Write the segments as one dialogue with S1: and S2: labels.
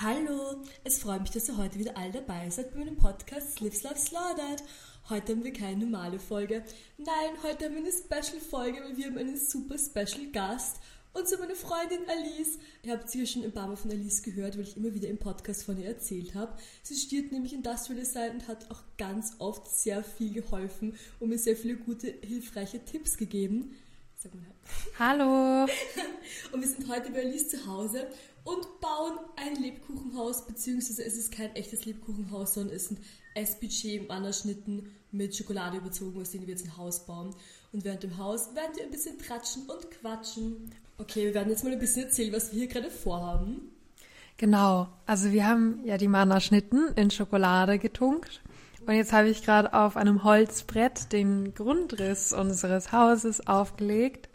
S1: Hallo, es freut mich, dass ihr heute wieder all dabei seid bei meinem Podcast Slips Love Slaughtered. Heute haben wir keine normale Folge. Nein, heute haben wir eine Special-Folge, weil wir haben einen super Special-Gast. Und so meine Freundin Alice. Ihr habt sicher schon ein paar Mal von Alice gehört, weil ich immer wieder im Podcast von ihr erzählt habe. Sie studiert nämlich Industrial Design und hat auch ganz oft sehr viel geholfen und mir sehr viele gute, hilfreiche Tipps gegeben. Sag mal,
S2: Hallo.
S1: und wir sind heute bei Alice zu Hause und bauen ein Lebkuchenhaus, beziehungsweise es ist kein echtes Lebkuchenhaus, sondern es sind SPG im Anschnitten mit Schokolade überzogen, aus denen wir jetzt ein Haus bauen. Und während dem Haus werden wir ein bisschen tratschen und quatschen. Okay, wir werden jetzt mal ein bisschen erzählen, was wir hier gerade vorhaben.
S2: Genau. Also wir haben ja die Mana-Schnitten in Schokolade getunkt. Und jetzt habe ich gerade auf einem Holzbrett den Grundriss unseres Hauses aufgelegt.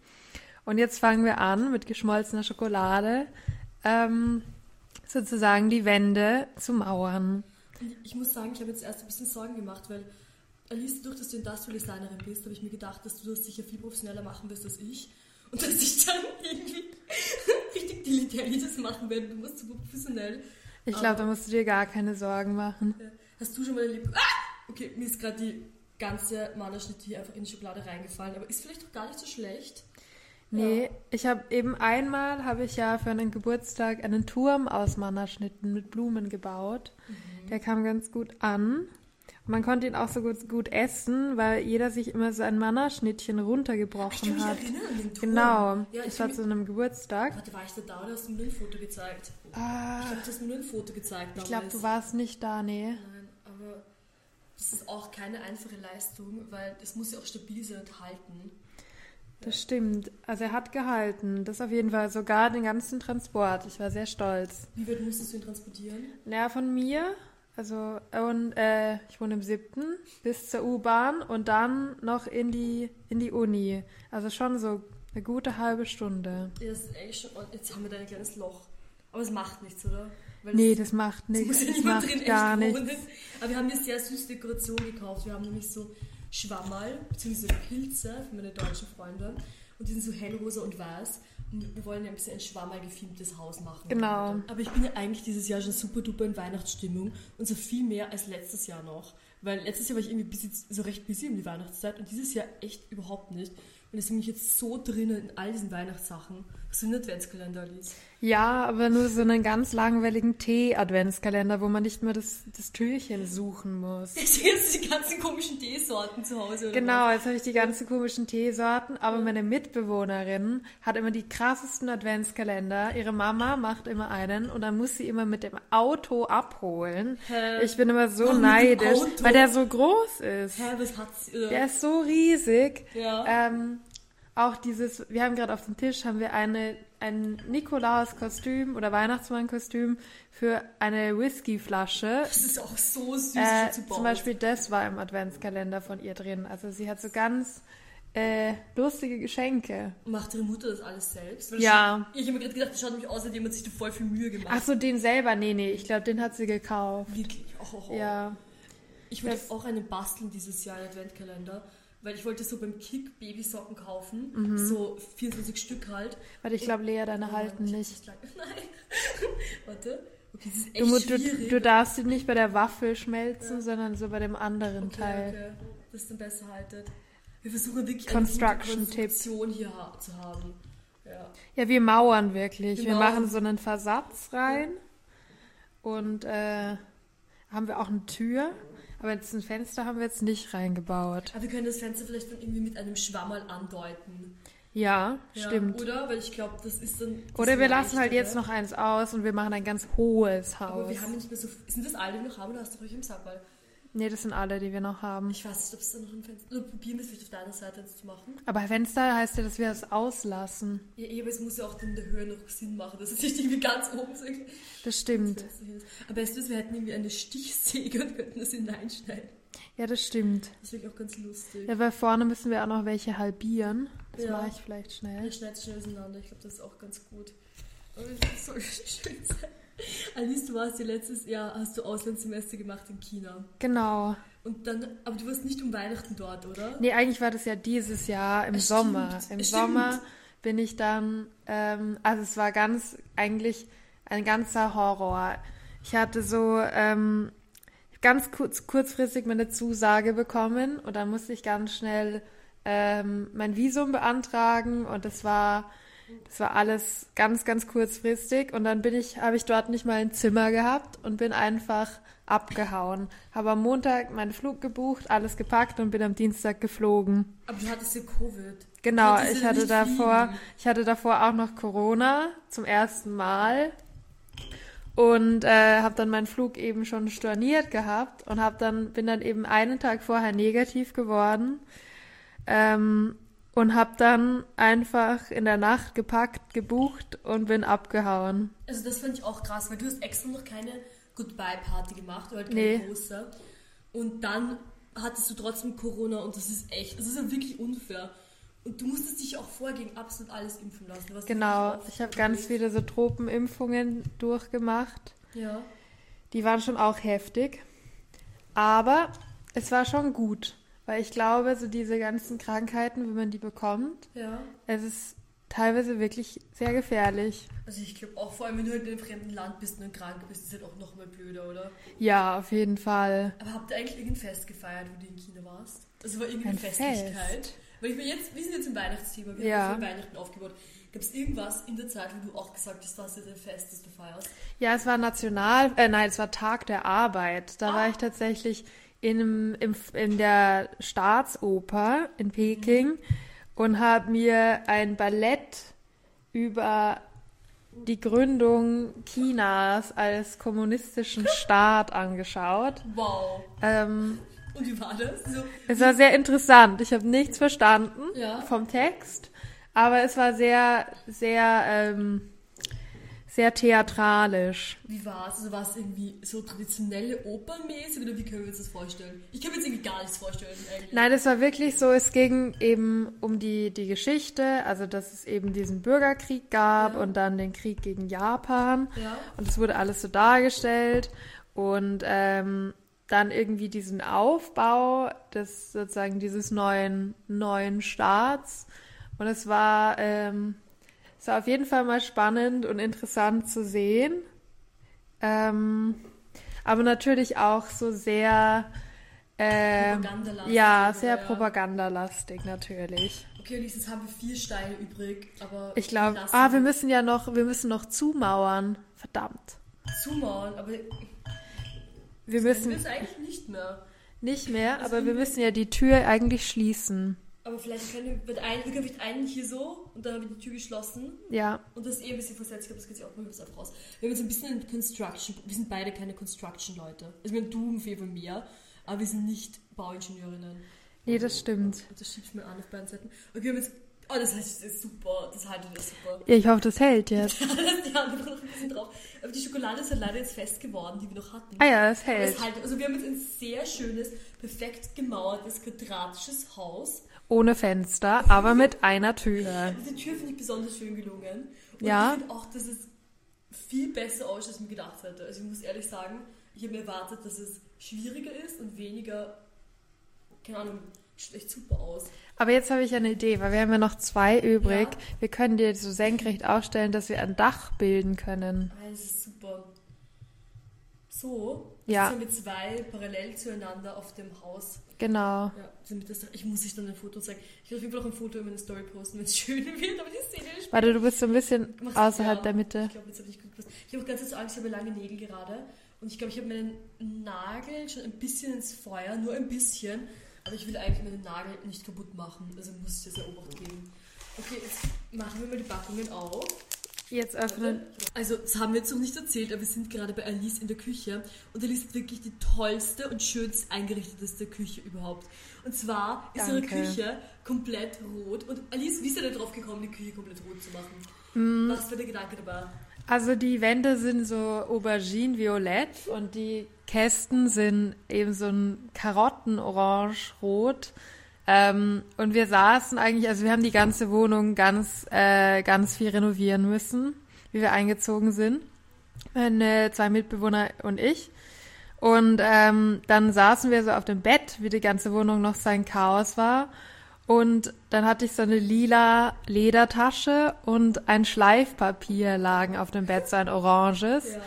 S2: Und jetzt fangen wir an, mit geschmolzener Schokolade ähm, sozusagen die Wände zu mauern.
S1: Ich muss sagen, ich habe jetzt erst ein bisschen Sorgen gemacht, weil Alice, durch dass du Industrial Designerin bist, habe ich mir gedacht, dass du das sicher viel professioneller machen wirst als ich. Und dass ich dann irgendwie richtig dilettantliches machen werde. Du musst super professionell.
S2: Ich glaube, da musst du dir gar keine Sorgen machen.
S1: Äh, Hast du schon mal erlebt? Ah! Okay, mir ist gerade die ganze Malerschnitte hier einfach in die Schublade reingefallen, aber ist vielleicht doch gar nicht so schlecht.
S2: Nee, ich habe eben einmal, habe ich ja für einen Geburtstag einen Turm aus Mannerschnitten mit Blumen gebaut.
S1: Mhm.
S2: Der kam ganz gut an. Und man konnte ihn auch so gut, gut essen, weil jeder sich immer so ein Mannerschnittchen
S1: Ich kann
S2: runtergebrochen
S1: mich
S2: hat.
S1: erinnern an den Turm.
S2: Genau,
S1: Ja, ich
S2: das
S1: kann
S2: war
S1: mich,
S2: zu einem Geburtstag.
S1: warte, war ich da da oder hast du mir nur ein Foto gezeigt? Ich
S2: Ah,
S1: glaube, du hast mir nur ein Foto gezeigt.
S2: ich glaube, du
S1: damals.
S2: warst nicht da, nee.
S1: Nein, aber das ist auch keine einfache Leistung, weil das muss ja auch stabil sein und halten.
S2: Das stimmt. Also er hat gehalten. Das auf jeden Fall. Sogar den ganzen Transport. Ich war sehr stolz.
S1: Wie weit musstest du ihn transportieren?
S2: Naja, von mir, also äh, und, äh, ich wohne im siebten, bis zur U-Bahn und dann noch in die, in die Uni. Also schon so eine gute halbe Stunde.
S1: Ja, das ist eigentlich schon. und Jetzt haben wir da ein kleines Loch. Aber es macht nichts, oder? Weil
S2: Nee,
S1: es-
S2: das macht nichts.
S1: muss ja
S2: Das
S1: niemand drin
S2: macht
S1: echt
S2: gar
S1: wohnen.
S2: nichts.
S1: Aber wir haben eine sehr süße Dekoration gekauft. Wir haben nämlich so Schwammerl, beziehungsweise Pilze für meine deutschen Freunde. Und die sind so hellrosa und weiß. Und wir wollen ja ein bisschen ein Schwammerl-gefilmtes Haus machen.
S2: Genau.
S1: Aber ich bin ja eigentlich dieses Jahr schon super duper in Weihnachtsstimmung. Und so viel mehr als letztes Jahr noch. Weil letztes Jahr war ich irgendwie busy, so recht busy um die Weihnachtszeit. Und dieses Jahr echt überhaupt nicht. Und deswegen bin ich jetzt so drinnen in all diesen Weihnachtssachen. Hast du einen Adventskalender, Alice?
S2: Ja, aber nur so einen ganz langweiligen Tee-Adventskalender, wo man nicht mehr das, das Türchen suchen muss.
S1: Ich sehe jetzt die ganzen komischen Teesorten zu Hause. Oder was?
S2: Genau, jetzt habe ich die ganzen komischen Teesorten, aber meine Mitbewohnerin hat immer die krassesten Adventskalender. Ihre Mama macht immer einen und dann muss sie immer mit dem Auto abholen.
S1: Hä?
S2: Ich bin immer so
S1: Warum mit dem
S2: neidisch,
S1: Auto?
S2: weil der so groß ist.
S1: Hä, was hat's? äh,
S2: Der ist so riesig.
S1: Ja.
S2: Ähm, auch dieses, wir haben gerade auf dem Tisch haben wir eine, ein Nikolaus-Kostüm oder Weihnachtsmann-Kostüm für eine Whiskyflasche
S1: das ist auch so süß
S2: äh,
S1: so zu bauen.
S2: zum Beispiel das war im Adventskalender von ihr drin. Also sie hat so ganz äh, lustige Geschenke.
S1: Macht ihre Mutter das alles selbst? Weil
S2: Ja.
S1: Das, ich habe mir gerade gedacht, das schaut nämlich aus, als hätte jemand sich da voll viel Mühe
S2: Ach
S1: gemacht.
S2: so, den selber? Nee, nee, ich glaube, den hat sie gekauft.
S1: Wirklich. Oh, oh, oh.
S2: Ja.
S1: Ich würde
S2: Das-
S1: auch einen basteln dieses Jahr, einen Adventkalender. Weil ich wollte so beim Kick Babysocken kaufen.
S2: Mhm.
S1: So 24 Stück halt.
S2: Warte, ich glaube, Lea, deine halten
S1: Ich-
S2: nicht.
S1: ich- Nein. Warte. Okay, das ist echt
S2: Du, mu- du,
S1: schwierig.
S2: du darfst ihn nicht bei der Waffel schmelzen,
S1: Ja.
S2: sondern so bei dem anderen
S1: okay,
S2: Teil.
S1: okay. Das dann besser haltet. Wir versuchen wirklich eine
S2: Construction-Tipp.
S1: gute Konstruktion hier ha zu haben. Ja.
S2: Ja, wir mauern wirklich.
S1: Wir
S2: Wir
S1: mauern.
S2: machen so einen Versatz rein und äh, haben wir auch eine Tür. Aber jetzt ein Fenster haben wir jetzt nicht reingebaut.
S1: Aber wir können das Fenster vielleicht dann irgendwie mit einem Schwammerl andeuten.
S2: Ja,
S1: Ja,
S2: stimmt.
S1: Oder? Weil ich glaube, das ist dann. Das
S2: Oder wir
S1: Leichtere.
S2: lassen halt jetzt noch eins aus und wir machen ein ganz hohes
S1: Aber
S2: Haus.
S1: wir haben nicht mehr so. Sind das alle, die wir noch haben? Oder hast du ruhig im Sackball?
S2: Nee, das sind alle, die wir noch haben.
S1: Ich weiß nicht, ob es da noch ein Fenster. Oder probieren wir es vielleicht auf deiner Seite jetzt zu machen.
S2: Aber Fenster heißt ja, dass wir es auslassen.
S1: Ja, eh, aber es muss ja auch in der Höhe noch Sinn machen, dass es nicht irgendwie ganz oben so ein
S2: Das stimmt.
S1: Fenster hin ist. Am besten ist, wir hätten irgendwie eine Stichsäge und könnten das hineinschneiden.
S2: Ja, das stimmt.
S1: Das wäre auch ganz lustig.
S2: Ja, weil vorne müssen wir auch noch welche halbieren. Das
S1: Ja.
S2: mache ich vielleicht schnell.
S1: Ich schneide schnell auseinander, ich glaube, das ist auch ganz gut. Aber das soll schön sein. Alice, du warst ja letztes Jahr, hast du Auslandssemester gemacht in China.
S2: Genau.
S1: Und dann, aber du warst nicht um Weihnachten dort, oder?
S2: Nee, eigentlich war das ja dieses Jahr im
S1: Es
S2: Sommer.
S1: stimmt,
S2: Im
S1: es
S2: Sommer bin ich dann, ähm, also es war ganz, eigentlich ein ganzer Horror. Ich hatte so ähm, ganz kurz, kurzfristig meine Zusage bekommen und dann musste ich ganz schnell ähm, mein Visum beantragen und das war das war alles ganz ganz kurzfristig und dann bin ich habe ich dort nicht mal ein Zimmer gehabt und bin einfach abgehauen. Habe am Montag meinen Flug gebucht, alles gepackt und bin am Dienstag geflogen.
S1: Aber du hattest ja Covid.
S2: Genau,
S1: Konntest du
S2: ich
S1: denn
S2: hatte
S1: nicht
S2: davor,
S1: fliegen?
S2: ich hatte davor auch noch Corona zum ersten Mal und äh, habe dann meinen Flug eben schon storniert gehabt und hab dann bin dann eben einen Tag vorher negativ geworden ähm, und habe dann einfach in der Nacht gepackt, gebucht und bin abgehauen.
S1: Also das fand ich auch krass, weil du hast extra noch keine Goodbye-Party gemacht oder halt keine
S2: Nee.
S1: große. Und dann hattest du trotzdem Corona und das ist echt, das ist ja wirklich unfair. Und du musstest dich auch vorher gegen absolut alles impfen lassen. was
S2: Genau,
S1: wirklich auch
S2: ich habe ganz viele so Tropenimpfungen durchgemacht.
S1: Ja.
S2: Die waren schon auch heftig, aber es war schon gut, weil ich glaube, so diese ganzen Krankheiten, wenn man die bekommt,
S1: Ja.
S2: es ist teilweise wirklich sehr gefährlich.
S1: Also ich glaube auch, vor allem wenn du halt in einem fremden Land bist und krank bist, ist halt auch nochmal blöder, oder?
S2: Ja, auf jeden Fall.
S1: Aber habt ihr eigentlich irgendein Fest gefeiert, wo du in China warst? Also war
S2: Ein
S1: irgendeine
S2: Fest?
S1: Festlichkeit? Weil ich meine, jetzt, wir sind jetzt im Weihnachtsthema, wir
S2: Ja.
S1: haben für Weihnachten aufgebaut. Gab es irgendwas in der Zeit, wo du auch gesagt hast, das ist ein Fest, das du feierst?
S2: Ja, es war national, äh, nein, es war Tag der Arbeit. Da war ich tatsächlich in, einem- im, in der Staatsoper in Peking und habe mir ein Ballett über die Gründung Chinas als kommunistischen Staat angeschaut.
S1: Wow.
S2: Ähm,
S1: Und wie war das? Also, So,
S2: es war sehr interessant. Ich habe nichts verstanden
S1: Ja.
S2: vom Text, aber es war sehr, sehr, ähm, sehr theatralisch.
S1: wie war es? Also war es irgendwie so traditionelle Opernmäßig oder wie können wir uns das vorstellen? Ich kann mir jetzt irgendwie gar nichts vorstellen eigentlich.
S2: Nein, es war wirklich so, es ging eben um die, die Geschichte, also dass es eben diesen Bürgerkrieg gab
S1: Ja.
S2: und dann den Krieg gegen Japan.
S1: Ja.
S2: Und es wurde alles so dargestellt und ähm, dann irgendwie diesen Aufbau des sozusagen dieses neuen, neuen Staats. Und es war, ähm, es war auf jeden Fall mal spannend und interessant zu sehen. Ähm, aber natürlich auch so sehr ähm,
S1: Propagandalastig,
S2: ja,
S1: oder?
S2: sehr
S1: Ja.
S2: propagandalastig natürlich.
S1: Okay, und jetzt haben wir vier Steine übrig, aber
S2: Ich glaube,
S1: lassen
S2: ah, wir müssen ja noch, wir müssen noch zumauern. Verdammt.
S1: zumauern, aber wir
S2: Wir
S1: müssen
S2: müssen
S1: es eigentlich nicht mehr.
S2: nicht mehr, aber wir müssen ja die Tür eigentlich schließen.
S1: Aber vielleicht können wir, mit einem, wir können vielleicht einen hier so und dann haben wir die Tür geschlossen
S2: Ja,
S1: und das ist eh ein bisschen versetzt. Ich glaube, das geht sich auch mal bis raus. Wir haben jetzt ein bisschen in Construction, wir sind beide keine Construction-Leute. Also, ich meine, du viel von mir, aber wir sind nicht Bauingenieurinnen.
S2: nee, das stimmt.
S1: Und das schiebt mir an auf beiden Seiten. Okay, wir haben jetzt, oh, das heißt, das ist super, das haltet ihr super.
S2: Ja, Ich hoffe, das hält jetzt.
S1: die haben noch ein bisschen drauf. Aber die Schokolade ist halt leider jetzt fest geworden, die wir noch hatten.
S2: Ah ja, es
S1: Aber es
S2: hält.
S1: haltet- also wir haben jetzt ein sehr schönes, perfekt gemauertes, quadratisches Haus.
S2: Ohne Fenster, aber mit einer Tür.
S1: Also Die Tür finde ich besonders schön gelungen. Und
S2: Ja.
S1: ich finde auch, dass es viel besser aussieht, als ich mir gedacht hätte. Also ich muss ehrlich sagen, ich habe mir erwartet, dass es schwieriger ist und weniger, keine Ahnung, schlecht super aus.
S2: Aber jetzt habe ich eine Idee, weil wir haben ja noch zwei übrig.
S1: Ja.
S2: Wir können die so senkrecht aufstellen, dass wir ein Dach bilden können.
S1: Aber es ist super. So,
S2: Ja.
S1: jetzt haben wir zwei parallel zueinander auf dem Haus.
S2: Genau.
S1: Ja, damit das, ich muss euch dann ein Foto zeigen. Ich werde auf jeden Fall auch ein Foto in meine Story posten, wenn es schön wird, aber die Szene ist
S2: Warte, du bist so ein bisschen
S1: Mach's-
S2: außerhalb
S1: ja.
S2: der Mitte.
S1: Ich glaube, jetzt habe ich gut gepasst. Ich habe auch ganz kurz Angst, ich habe lange Nägel gerade. Und ich glaube, ich habe meinen Nagel schon ein bisschen ins Feuer, nur ein bisschen. Aber ich will eigentlich meinen Nagel nicht kaputt machen. Also muss ich das ja Obacht geben. Okay, jetzt machen wir mal die Backungen auf.
S2: Jetzt öffnen.
S1: Also, das haben wir jetzt noch nicht erzählt, aber wir sind gerade bei Alice in der Küche. Und Alice hat wirklich die tollste und schönst eingerichteteste Küche überhaupt. Und zwar ist
S2: Danke.
S1: ihre Küche komplett rot. Und Alice, wie ist ihr denn drauf gekommen, die Küche komplett rot zu machen?
S2: Mm.
S1: Was war der Gedanke dabei?
S2: Also die Wände sind so aubergine-violett und die Kästen sind eben so ein Karotten-orange-rot. Ähm, und wir saßen eigentlich, also wir haben die ganze Wohnung ganz, äh, ganz viel renovieren müssen, wie wir eingezogen sind. Meine zwei Mitbewohner und ich. Und ähm, dann saßen wir so auf dem Bett, wie die ganze Wohnung noch sein Chaos war. Und dann hatte ich so eine lila Ledertasche und ein Schleifpapier lagen auf dem Bett, so ein oranges.
S1: Ja.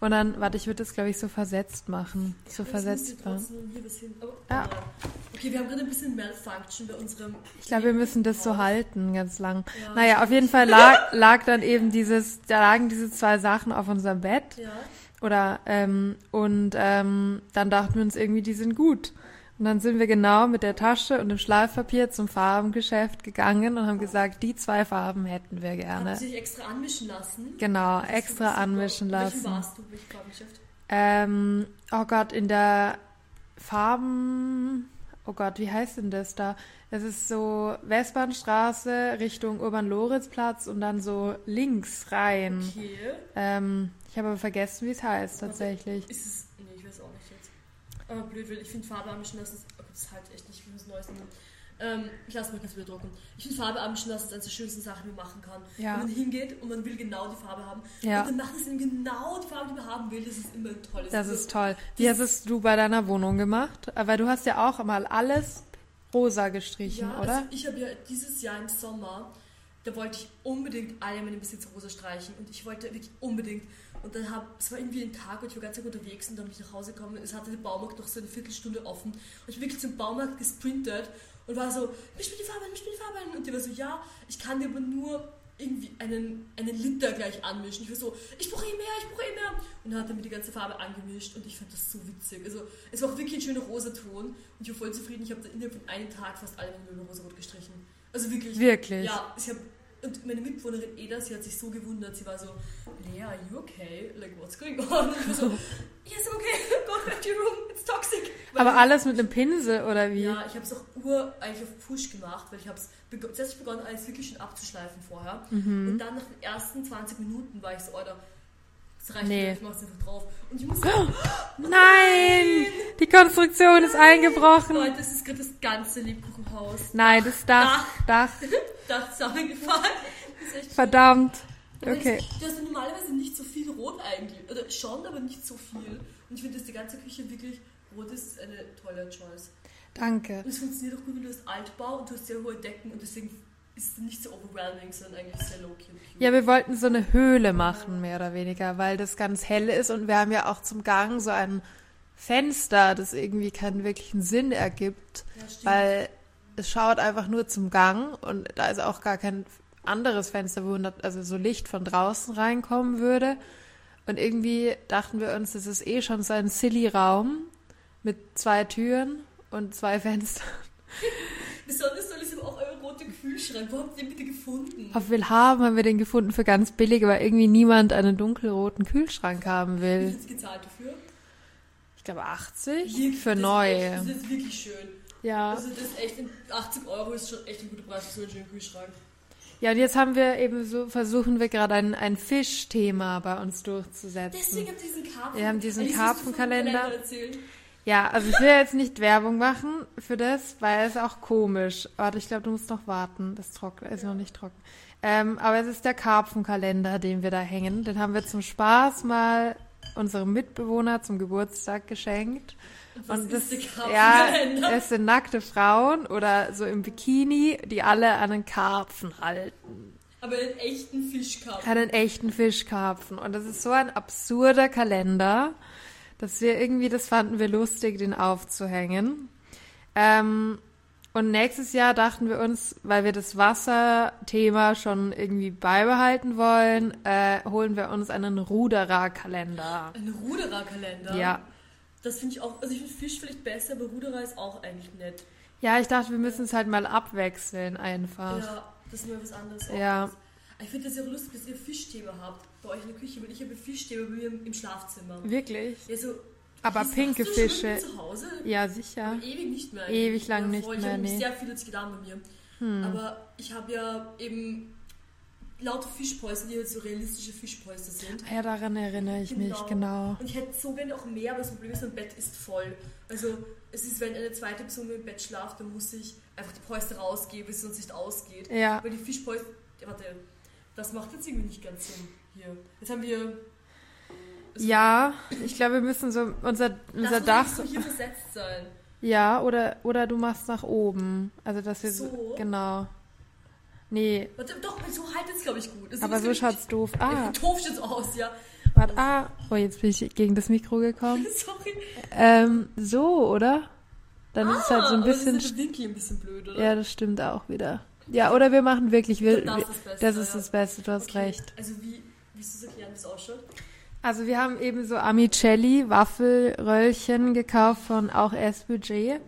S2: Und dann, warte, ich würde das, glaube ich, so versetzt machen. So
S1: Aber jetzt müssen wir
S2: versetzt war.
S1: trotzdem hier was hin- aber-
S2: Ja.
S1: oh, Okay, wir haben gerade ein bisschen Malfunction bei unserem.
S2: Ich glaube, wir müssen das so halten, ganz lang.
S1: Ja.
S2: Naja, auf jeden Fall lag, lag dann eben dieses, da lagen diese zwei Sachen auf unserem Bett.
S1: Ja.
S2: Oder, ähm, und ähm, dann dachten wir uns irgendwie, die sind gut. Und dann sind wir genau mit der Tasche und dem Schleifpapier zum Farbengeschäft gegangen
S1: Oh.
S2: und haben gesagt, die zwei Farben hätten wir gerne.
S1: Hast du dich extra anmischen lassen?
S2: Genau, extra
S1: Super. Welchen
S2: anmischen lassen.
S1: warst du? Welchen Farbengeschäft?
S2: Ähm, oh Gott, in der Farben. Oh Gott, wie heißt denn das da? Es ist so Westbahnstraße Richtung Urban-Loritz-Platz und dann so links rein.
S1: Okay.
S2: Ähm, ich habe aber vergessen, wie es heißt tatsächlich.
S1: Ist es. Nee, ich weiß auch nicht jetzt. Aber blöd, weil ich finde Farbe anmischen lassen ist. Okay, das ist halt echt nicht für uns Neues. nehmen. Ähm, ich lasse mich das wieder drucken. Ich finde Farbe anmischen lassen ist eine der schönsten Sachen, die man machen kann.
S2: Ja.
S1: Wenn man hingeht und man will genau die Farbe haben.
S2: Ja.
S1: Und dann macht es eben genau die Farbe, die man haben will. Das ist immer ein tolles
S2: Das
S1: Also,
S2: ist toll. Wie hast es du bei deiner Wohnung gemacht? Äh, Weil du hast ja auch mal alles rosa gestrichen,
S1: ja,
S2: oder?
S1: Also ich habe ja dieses Jahr im Sommer, da wollte ich unbedingt alle meine Besitzer rosa streichen und ich wollte wirklich unbedingt. Und dann habe, es war irgendwie ein Tag und ich war ganz Tag unterwegs und dann bin ich nach Hause gekommen und es hatte der Baumarkt noch so eine Viertelstunde offen und ich bin wirklich zum Baumarkt gesprintet und war so, misch mir die Farbe ein, misch mir die Farbe ein. Und die war so, ja, ich kann dir aber nur irgendwie einen, einen Liter gleich anmischen. Ich war so, ich brauche eh mehr, ich brauche eh mehr. Und dann hat er mir die ganze Farbe angemischt und ich fand das so witzig. Also es war auch wirklich ein schöner rosa Ton und ich war voll zufrieden. Ich habe da innerhalb von einem Tag fast alle meine Möbel rosarot gestrichen. Also wirklich.
S2: Wirklich?
S1: Ja, ich habe... Und meine Mitbewohnerin Eda, sie hat sich so gewundert, sie war so, Lea, are you okay? Like, what's going on? Und ich war so, yes, I'm okay, go back to your room, it's toxic. Weil
S2: Aber alles mit einem Pinsel, oder wie?
S1: ja, ich habe es auch ur eigentlich auf Push gemacht, weil ich habe es zuerst hab ich begonnen, alles wirklich schon abzuschleifen vorher.
S2: Mhm.
S1: Und dann nach den ersten 20 Minuten war ich so, oder das reicht
S2: Nee.
S1: nicht, ich mach's einfach drauf. Und ich muss
S2: Nein! Die Konstruktion ist eingebrochen.
S1: Leute, es ist gerade das ganze Lebkuchenhaus
S2: Nein, das Dach, Dach.
S1: da zusammengefahren. Das ist echt
S2: Verdammt.
S1: Aber
S2: Okay.
S1: Das, du hast ja normalerweise nicht so viel Rot eigentlich. Oder schon, aber nicht so viel. Und ich finde, dass die ganze Küche wirklich rot ist, ist eine tolle Choice.
S2: Danke.
S1: Und es funktioniert auch gut, wenn du hast Altbau und du hast sehr hohe Decken und deswegen ist es nicht so overwhelming, sondern eigentlich sehr low-key und cute.
S2: Ja, wir wollten so eine Höhle machen, mehr oder weniger, weil das ganz hell ist und wir haben ja auch zum Gang so ein Fenster, das irgendwie keinen wirklichen Sinn ergibt,
S1: Ja, stimmt.
S2: weil es schaut einfach nur zum Gang und da ist auch gar kein anderes Fenster, wo hundert- also so Licht von draußen reinkommen würde. Und irgendwie dachten wir uns, das ist eh schon so ein silly Raum mit zwei Türen und zwei Fenstern.
S1: Besonders soll es aber auch euer roter Kühlschrank. Wo habt ihr den bitte gefunden?
S2: Auf Willhaben haben wir den gefunden für ganz billig, weil irgendwie niemand einen dunkelroten Kühlschrank haben
S1: Wie
S2: will.
S1: viel gezahlt dafür?
S2: Ich glaube 80
S1: Wirklich,
S2: für
S1: das ist Echt,
S2: neu.
S1: das ist wirklich schön.
S2: Ja.
S1: Also das ist echt, 80 Euro ist schon echt ein guter Preis für so einen schönen Kühlschrank.
S2: Ja, und jetzt haben wir eben so, versuchen wir gerade ein, ein Fischthema bei uns durchzusetzen.
S1: Deswegen habt ihr Hm. diesen Karpfen.
S2: Wir haben diesen
S1: Eigentlich musst du vom
S2: Karpfenkalender.
S1: Kalender erzählen.
S2: Ja, also ich will jetzt nicht Werbung machen für das, weil es auch komisch. Warte, ich glaube, du musst noch warten. Das trocken, ist noch nicht trocken. Ähm, aber es ist der Karpfenkalender, den wir da hängen. Den haben wir zum Spaß mal unserem Mitbewohner zum Geburtstag geschenkt.
S1: Was
S2: Und
S1: ist
S2: das,
S1: der
S2: ja,
S1: Karpfenkalender?
S2: es sind nackte Frauen oder so im Bikini, die alle an einen Karpfen halten.
S1: Aber einen echten Fischkarpfen.
S2: einen echten Fischkarpfen. Und das ist so ein absurder Kalender, dass wir irgendwie, das fanden wir lustig, den aufzuhängen. Ähm, und nächstes Jahr dachten wir uns, weil wir das Wasserthema schon irgendwie beibehalten wollen, äh, holen wir uns einen Ruderer-Kalender.
S1: Ein Rudererkalender.
S2: Ja.
S1: Das finde ich auch, also ich finde Fisch vielleicht besser, aber Ruderer ist auch eigentlich nett.
S2: Ja, ich dachte, wir müssen es halt mal abwechseln einfach.
S1: Ja, das ist mal was anderes.
S2: Ja.
S1: Ich finde das ja auch lustig, dass ihr Fischthema habt bei euch in der Küche, weil ich habe Fischthema bei mir im im Schlafzimmer.
S2: Wirklich?
S1: Ja, so,
S2: Aber
S1: Hast
S2: pinke
S1: du schon
S2: Fische.
S1: Zu Hause?
S2: Ja, sicher.
S1: Ewig nicht mehr.
S2: Ewig lang
S1: ja,
S2: nicht
S1: voll.
S2: mehr,
S1: Ich habe
S2: nee. Hm.
S1: sehr viel jetzt getan bei mir. Aber ich habe ja eben lauter Fischpäuste, die jetzt so realistische Fischpäuste sind.
S2: Ja, daran erinnere ich mich, genau.
S1: Und ich hätte so gerne auch mehr, aber das Problem ist, mein Bett ist voll. Also es ist, wenn eine zweite Person im Bett schlaft, dann muss ich einfach die Päuste rausgeben, bis es sonst nicht ausgeht.
S2: Ja.
S1: Weil die Fischpäuste... Ja, Warte, das macht jetzt irgendwie nicht ganz Sinn hier. Jetzt haben wir...
S2: Ja, ich glaube, wir müssen so unser, unser
S1: das
S2: Dach.
S1: muss eigentlich so hier versetzt sein.
S2: Ja, oder, oder du machst nach oben. Also, dass wir so.
S1: So?
S2: Genau. Nee,
S1: Warte, doch, so haltet es, glaube ich, gut. Es
S2: aber
S1: ist
S2: so
S1: wirklich-
S2: schaut's doof.
S1: Ja,
S2: Ah,
S1: doof sieht's aus, ja.
S2: Warte, ah, oh, jetzt bin ich gegen das Mikro gekommen.
S1: Sorry.
S2: Ähm, so, oder? Dann ist es halt so ein
S1: aber Ah, das
S2: bisschen.
S1: Ist der Winkel ein bisschen blöd, oder?
S2: Ja, das stimmt auch wieder. Ja, oder wir machen wirklich, wir,
S1: Dann
S2: wir-
S1: das ist das Beste,
S2: das ist
S1: ja.
S2: das Beste, du hast
S1: Okay,
S2: recht.
S1: Also wie, wie ist das erklären, wie es ausschaut?
S2: Also wir haben eben so Amicelli Waffelröllchen gekauft von auch S-Budget.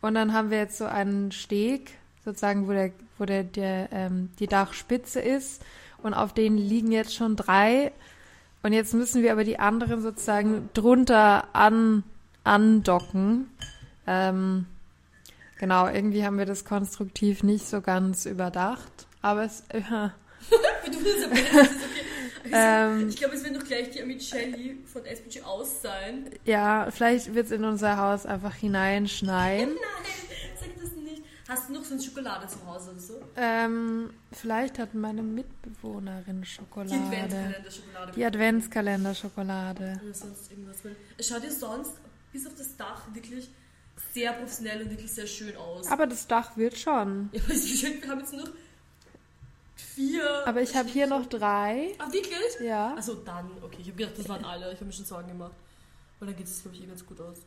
S2: Und dann haben wir jetzt so einen Steg, sozusagen, wo, der, wo der, der, ähm, die Dachspitze ist. Und auf denen liegen jetzt schon drei. Und jetzt müssen wir aber die anderen sozusagen drunter an, andocken. Ähm, genau, irgendwie haben wir das konstruktiv nicht so ganz überdacht. Aber es...
S1: Du bist am besten, das ist okay. Also,
S2: Ähm.
S1: ich glaube, es wird noch gleich die Amicelli von SPG aus sein.
S2: Ja, vielleicht wird's in unser Haus einfach hineinschneien.
S1: Nein, sag das nicht. Hast du noch so eine Schokolade zu Hause oder so?
S2: ähm, vielleicht hat meine Mitbewohnerin
S1: Die
S2: Schokolade.
S1: Adventskalender-Schokolade.
S2: Die Adventskalender-Schokolade.
S1: Oder sonst irgendwas. weil Es schaut ja sonst bis auf das Dach wirklich sehr professionell und wirklich sehr schön aus.
S2: Aber das Dach wird schon.
S1: ja, aber es ist schön, wir haben jetzt nur noch vier.
S2: Aber ich habe hier noch drei.
S1: Ah, wirklich?
S2: Ja.
S1: Achso, dann, okay. Ich habe gedacht, das waren alle. Ich habe mir schon Sorgen gemacht. Und dann geht es, glaube ich, eh ganz gut aus.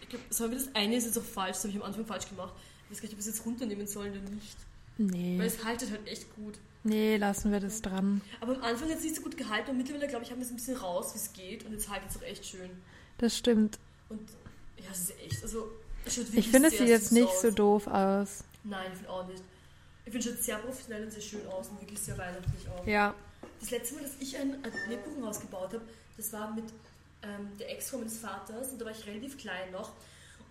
S1: Ich glaube, sollen wir das eine ist jetzt auch falsch, das habe ich am Anfang falsch gemacht. Ich weiß gar nicht, ob wir es jetzt runternehmen sollen oder nicht. Weil
S2: Nee.
S1: es haltet halt echt gut.
S2: Nee, lassen wir das dran.
S1: Aber am Anfang hat es nicht so gut gehalten und mittlerweile, glaube ich, haben wir es ein bisschen raus, wie es geht. Und jetzt haltet es auch echt schön.
S2: Das stimmt.
S1: Und ja, es ist echt, also... es schaut
S2: Ich
S1: wirklich
S2: finde, es
S1: sehr
S2: sieht jetzt
S1: süß
S2: nicht
S1: aus.
S2: so doof aus.
S1: Nein, ich finde auch nicht. Ich finde schon sehr professionell und sehr schön aus und wirklich sehr weihnachtlich auch.
S2: Ja.
S1: Das letzte Mal, dass ich ein Lebkuchenhaus gebaut habe, das war mit ähm, der Ex-Frau meines Vaters und da war ich relativ klein noch.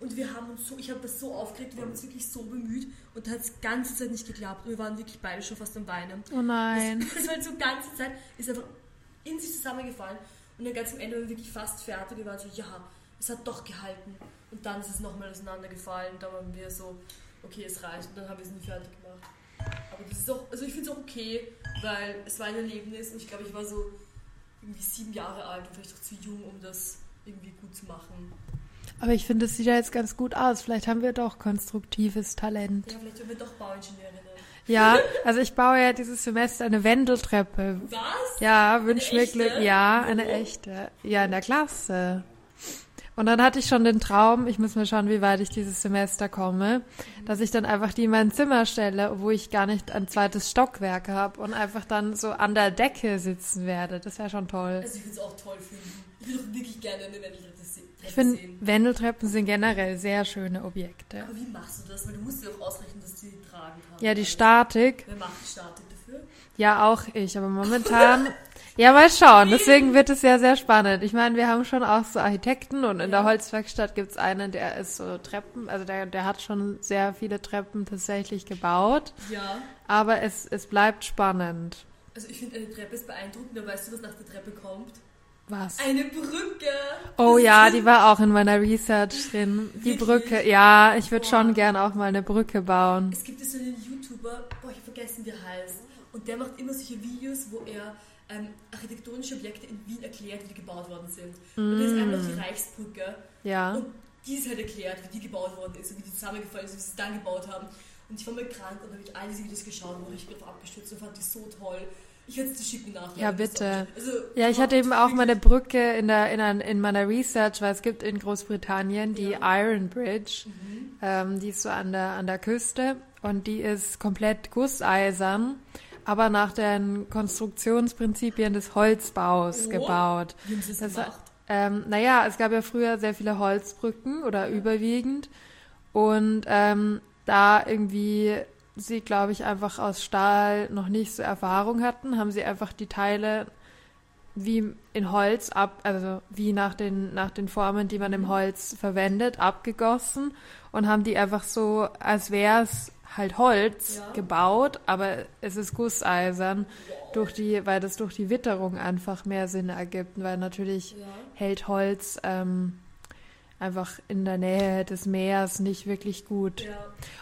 S1: Und wir haben uns so, ich habe das so aufgeregt, wir haben uns wirklich so bemüht und da hat es die ganze Zeit nicht geklappt. Und wir waren wirklich beide schon fast am Weinen.
S2: Oh nein.
S1: Das war halt so die ganze Zeit, ist einfach in sich zusammengefallen und dann ganz am Ende waren wir wirklich fast fertig. Wir waren so, ja, es hat doch gehalten. Und dann ist es nochmal auseinandergefallen und da waren wir so, okay, es reicht und dann haben wir es nie fertig gemacht. Aber das ist auch, also ich finde es auch okay, weil es war ein Erlebnis und ich glaube, ich war so irgendwie sieben Jahre alt und vielleicht auch zu jung, um das irgendwie gut zu machen.
S2: Aber ich finde, es sieht ja jetzt ganz gut aus. Vielleicht haben wir doch konstruktives Talent.
S1: Ja, vielleicht werden wir doch Bauingenieurinnen.
S2: Ja, also ich baue ja dieses Semester eine Wendeltreppe,
S1: Was?
S2: Ja, wünsch
S1: Eine
S2: mir
S1: echte?
S2: Glück. Ja,
S1: Wo?
S2: eine echte. Ja, in der Klasse. Und dann hatte ich schon den Traum, ich muss mal schauen, wie weit ich dieses Semester komme,
S1: Mhm.
S2: dass ich dann einfach die in mein Zimmer stelle, wo ich gar nicht ein zweites Stockwerk habe und einfach dann so an der Decke sitzen werde. Das wäre schon toll.
S1: Also ich würde es auch toll finden. Ich würde auch wirklich gerne eine Wendeltreppe se-
S2: Ich finde,
S1: sehen.
S2: Wendeltreppen sind generell sehr schöne Objekte.
S1: Aber wie machst du das? Weil du musst dir doch ausrechnen, dass die tragen kann.
S2: Ja, die Statik,
S1: Wer macht die Statik dafür?
S2: ja auch ich, aber momentan, ja mal schauen, deswegen wird es ja sehr spannend. Ich meine, wir haben schon auch so Architekten und in der
S1: Ja.
S2: Holzwerkstatt gibt's einen, der ist so Treppen, also der, der hat schon sehr viele Treppen tatsächlich gebaut,
S1: Ja.
S2: aber es, es bleibt spannend.
S1: Also ich finde, eine Treppe ist beeindruckend, aber weißt du, was nach der Treppe kommt?
S2: Was?
S1: Eine Brücke!
S2: Oh
S1: Das ist
S2: ja,
S1: so-
S2: die war auch in meiner Research drin.
S1: Wirklich?
S2: Die Brücke, ja, ich würde
S1: Boah.
S2: schon gern auch mal eine Brücke bauen.
S1: Es gibt ja so einen YouTuber, boah, ich hab vergessen, wie er heißt. Und der macht immer solche Videos, wo er ähm, architektonische Objekte in Wien erklärt, wie die gebaut worden sind. Und da ist einmal
S2: Mm.
S1: auch die Reichsbrücke.
S2: Ja.
S1: Und die ist halt erklärt, wie die gebaut worden ist und wie die zusammengefallen ist und wie sie es dann gebaut haben. Und ich war mal krank und habe ich all diese Videos geschaut, wo ich drauf abgestürzt und fand die so toll. Ich hätte es dir schicken nachher.
S2: Ja, bitte.
S1: Also,
S2: Ja, ich hatte eben auch meine Brücke in, der, in, ein- in meiner Research, weil es gibt in Großbritannien die
S1: Ja. Mhm.
S2: Iron Bridge, ähm, die ist so an der, an der Küste und die ist komplett gusseisern, aber nach den Konstruktionsprinzipien des Holzbaus
S1: Oh.
S2: gebaut.
S1: Wie haben sie das,
S2: Das war,
S1: gemacht?
S2: ähm, naja, es gab ja früher sehr viele Holzbrücken oder überwiegend. Und ähm, da irgendwie sie, glaube ich, einfach aus Stahl noch nicht so Erfahrung hatten, haben sie einfach die Teile wie in Holz ab, also wie nach den, nach den Formen, die man
S1: Mhm.
S2: im Holz verwendet, abgegossen und haben die einfach so, als wäre es halt Holz
S1: Ja.
S2: gebaut, aber es ist gusseisern, durch die, weil das durch die Witterung einfach mehr Sinn ergibt, weil natürlich
S1: Ja.
S2: hält Holz ähm, einfach in der Nähe des Meeres nicht wirklich gut.
S1: Ja.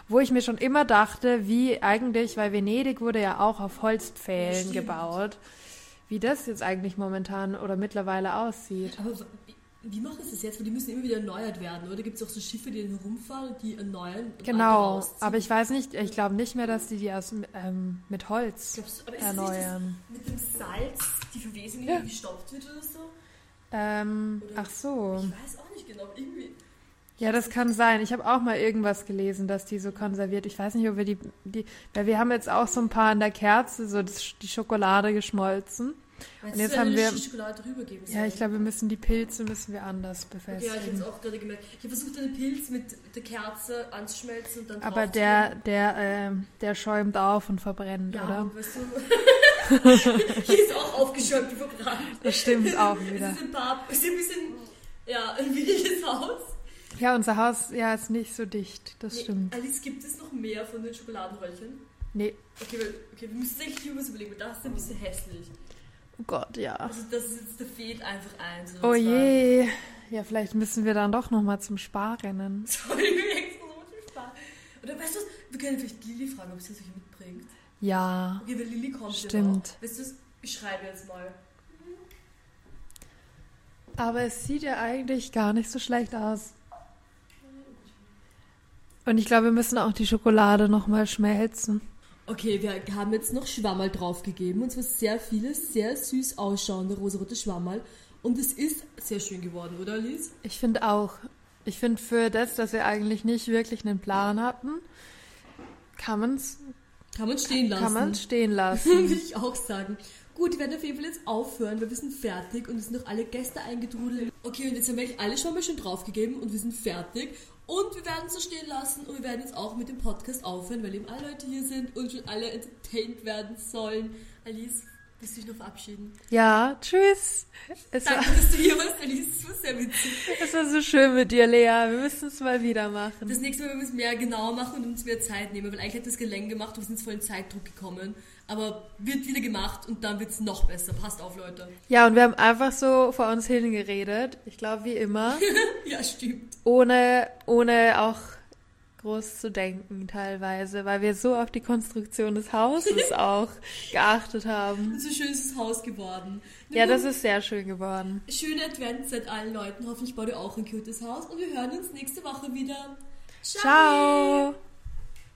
S2: Wo ich mir schon immer dachte, wie eigentlich, weil Venedig wurde ja auch auf
S1: Ja,
S2: Holzpfählen
S1: stimmt.
S2: gebaut, wie das jetzt eigentlich momentan oder mittlerweile aussieht.
S1: Aber so- wie- wie machen sie das jetzt? Weil die müssen immer wieder erneuert werden, oder? Gibt es auch so Schiffe, die dann herumfahren und die erneuern? Und
S2: Genau, aber
S1: aber
S2: ich weiß nicht, ich glaube nicht mehr, dass die die aus, ähm, mit Holz
S1: Glaubst du, aber ist es nicht das
S2: erneuern.
S1: mit dem dem Salz, die für wesentlich
S2: Ja.
S1: gestopft wird oder so.
S2: Ähm,
S1: Oder-
S2: ach so.
S1: Ich weiß auch nicht genau, irgendwie.
S2: Ja, das kann sein. Ich habe auch mal irgendwas gelesen, dass die so konserviert. Ich weiß nicht, ob wir die, die, weil wir haben jetzt auch so ein paar an der Kerze, so das, die Schokolade geschmolzen.
S1: Meinst
S2: Und jetzt
S1: du,
S2: haben
S1: wenn
S2: wir-
S1: die Schokolade drüber geben
S2: Ja, ich
S1: soll?
S2: glaube, wir müssen die Pilze müssen wir anders
S1: Okay, ja, ich
S2: befestigen.
S1: hab's auch gerade gemerkt. Ich habe versucht, einen Pilz mit der Kerze anzuschmelzen und dann
S2: Aber
S1: drauf
S2: der, der, ähm, der schäumt auf und verbrennt,
S1: Ja,
S2: oder?
S1: und weißt du, hier ist auch aufgeschäumt und verbrannt.
S2: Das stimmt auch
S1: Es
S2: wieder.
S1: ist ein paar, es ist ein bisschen, ja, ein wirkliches Haus.
S2: Ja, unser Haus, ja, ist nicht so dicht. Das
S1: Nee,
S2: stimmt.
S1: Alice, gibt es noch mehr von den Schokoladenröllchen?
S2: Nee.
S1: Okay, weil, okay wir müssen eigentlich irgendwas überlegen, weil das ist ein bisschen hässlich.
S2: Oh Gott, ja.
S1: Also das ist jetzt, da fehlt einfach eins. oder
S2: Oh
S1: zwei.
S2: je. Ja, vielleicht müssen wir dann doch nochmal zum Sparrennen.
S1: Sorry, mir extra so viel Spaß. Oder weißt du was, wir können vielleicht Lilly fragen, ob sie solche mitbringt.
S2: Ja.
S1: Okay, weil Lilly kommt
S2: Stimmt.
S1: Ja auch. Weißt du was, ich schreibe jetzt mal.
S2: Aber es sieht ja eigentlich gar nicht so schlecht aus. Und ich glaube, wir müssen auch die Schokolade nochmal schmelzen.
S1: Okay, wir haben jetzt noch Schwammerl draufgegeben und zwar sehr viele, sehr süß ausschauende rosarote Schwammerl. Und es ist sehr schön geworden, oder Alice?
S2: Ich finde auch, ich finde für das, dass wir eigentlich nicht wirklich einen Plan hatten, kann man es
S1: Kann man stehen lassen.
S2: kann man's stehen
S1: Würde
S2: lassen.
S1: ich auch sagen. Gut, wir werden auf jeden Fall jetzt aufhören, weil wir sind fertig und es sind noch alle Gäste eingedrudelt. Okay, und jetzt haben wir eigentlich alle schon mal schon draufgegeben und wir sind fertig. Und wir werden es so stehen lassen und wir werden jetzt auch mit dem Podcast aufhören, weil eben alle Leute hier sind und schon alle entertained werden sollen. Alice, willst du dich noch verabschieden?
S2: ja, tschüss. Es war,
S1: Danke, dass du hier warst, Alice. Es war sehr witzig.
S2: es war so schön mit dir, Lea. Wir müssen es mal wieder machen.
S1: Das nächste Mal werden wir es mehr genauer machen und uns mehr Zeit nehmen, weil eigentlich hat das Gelänk gemacht und wir sind jetzt voll in Zeitdruck gekommen. Aber wird wieder gemacht und dann wird es noch besser. Passt auf, Leute.
S2: Ja, und wir haben einfach so vor uns hingeredet. Ich glaube, wie immer.
S1: Ja, stimmt.
S2: ohne, ohne auch groß zu denken teilweise, weil wir so auf die Konstruktion des Hauses auch geachtet haben.
S1: Und so schön ist das Haus geworden. Na
S2: Ja,
S1: gut,
S2: das ist sehr schön geworden.
S1: schöne Adventszeit allen Leuten. Hoffentlich baut ihr auch ein cutes Haus. Und wir hören uns nächste Woche wieder.
S2: Ciao!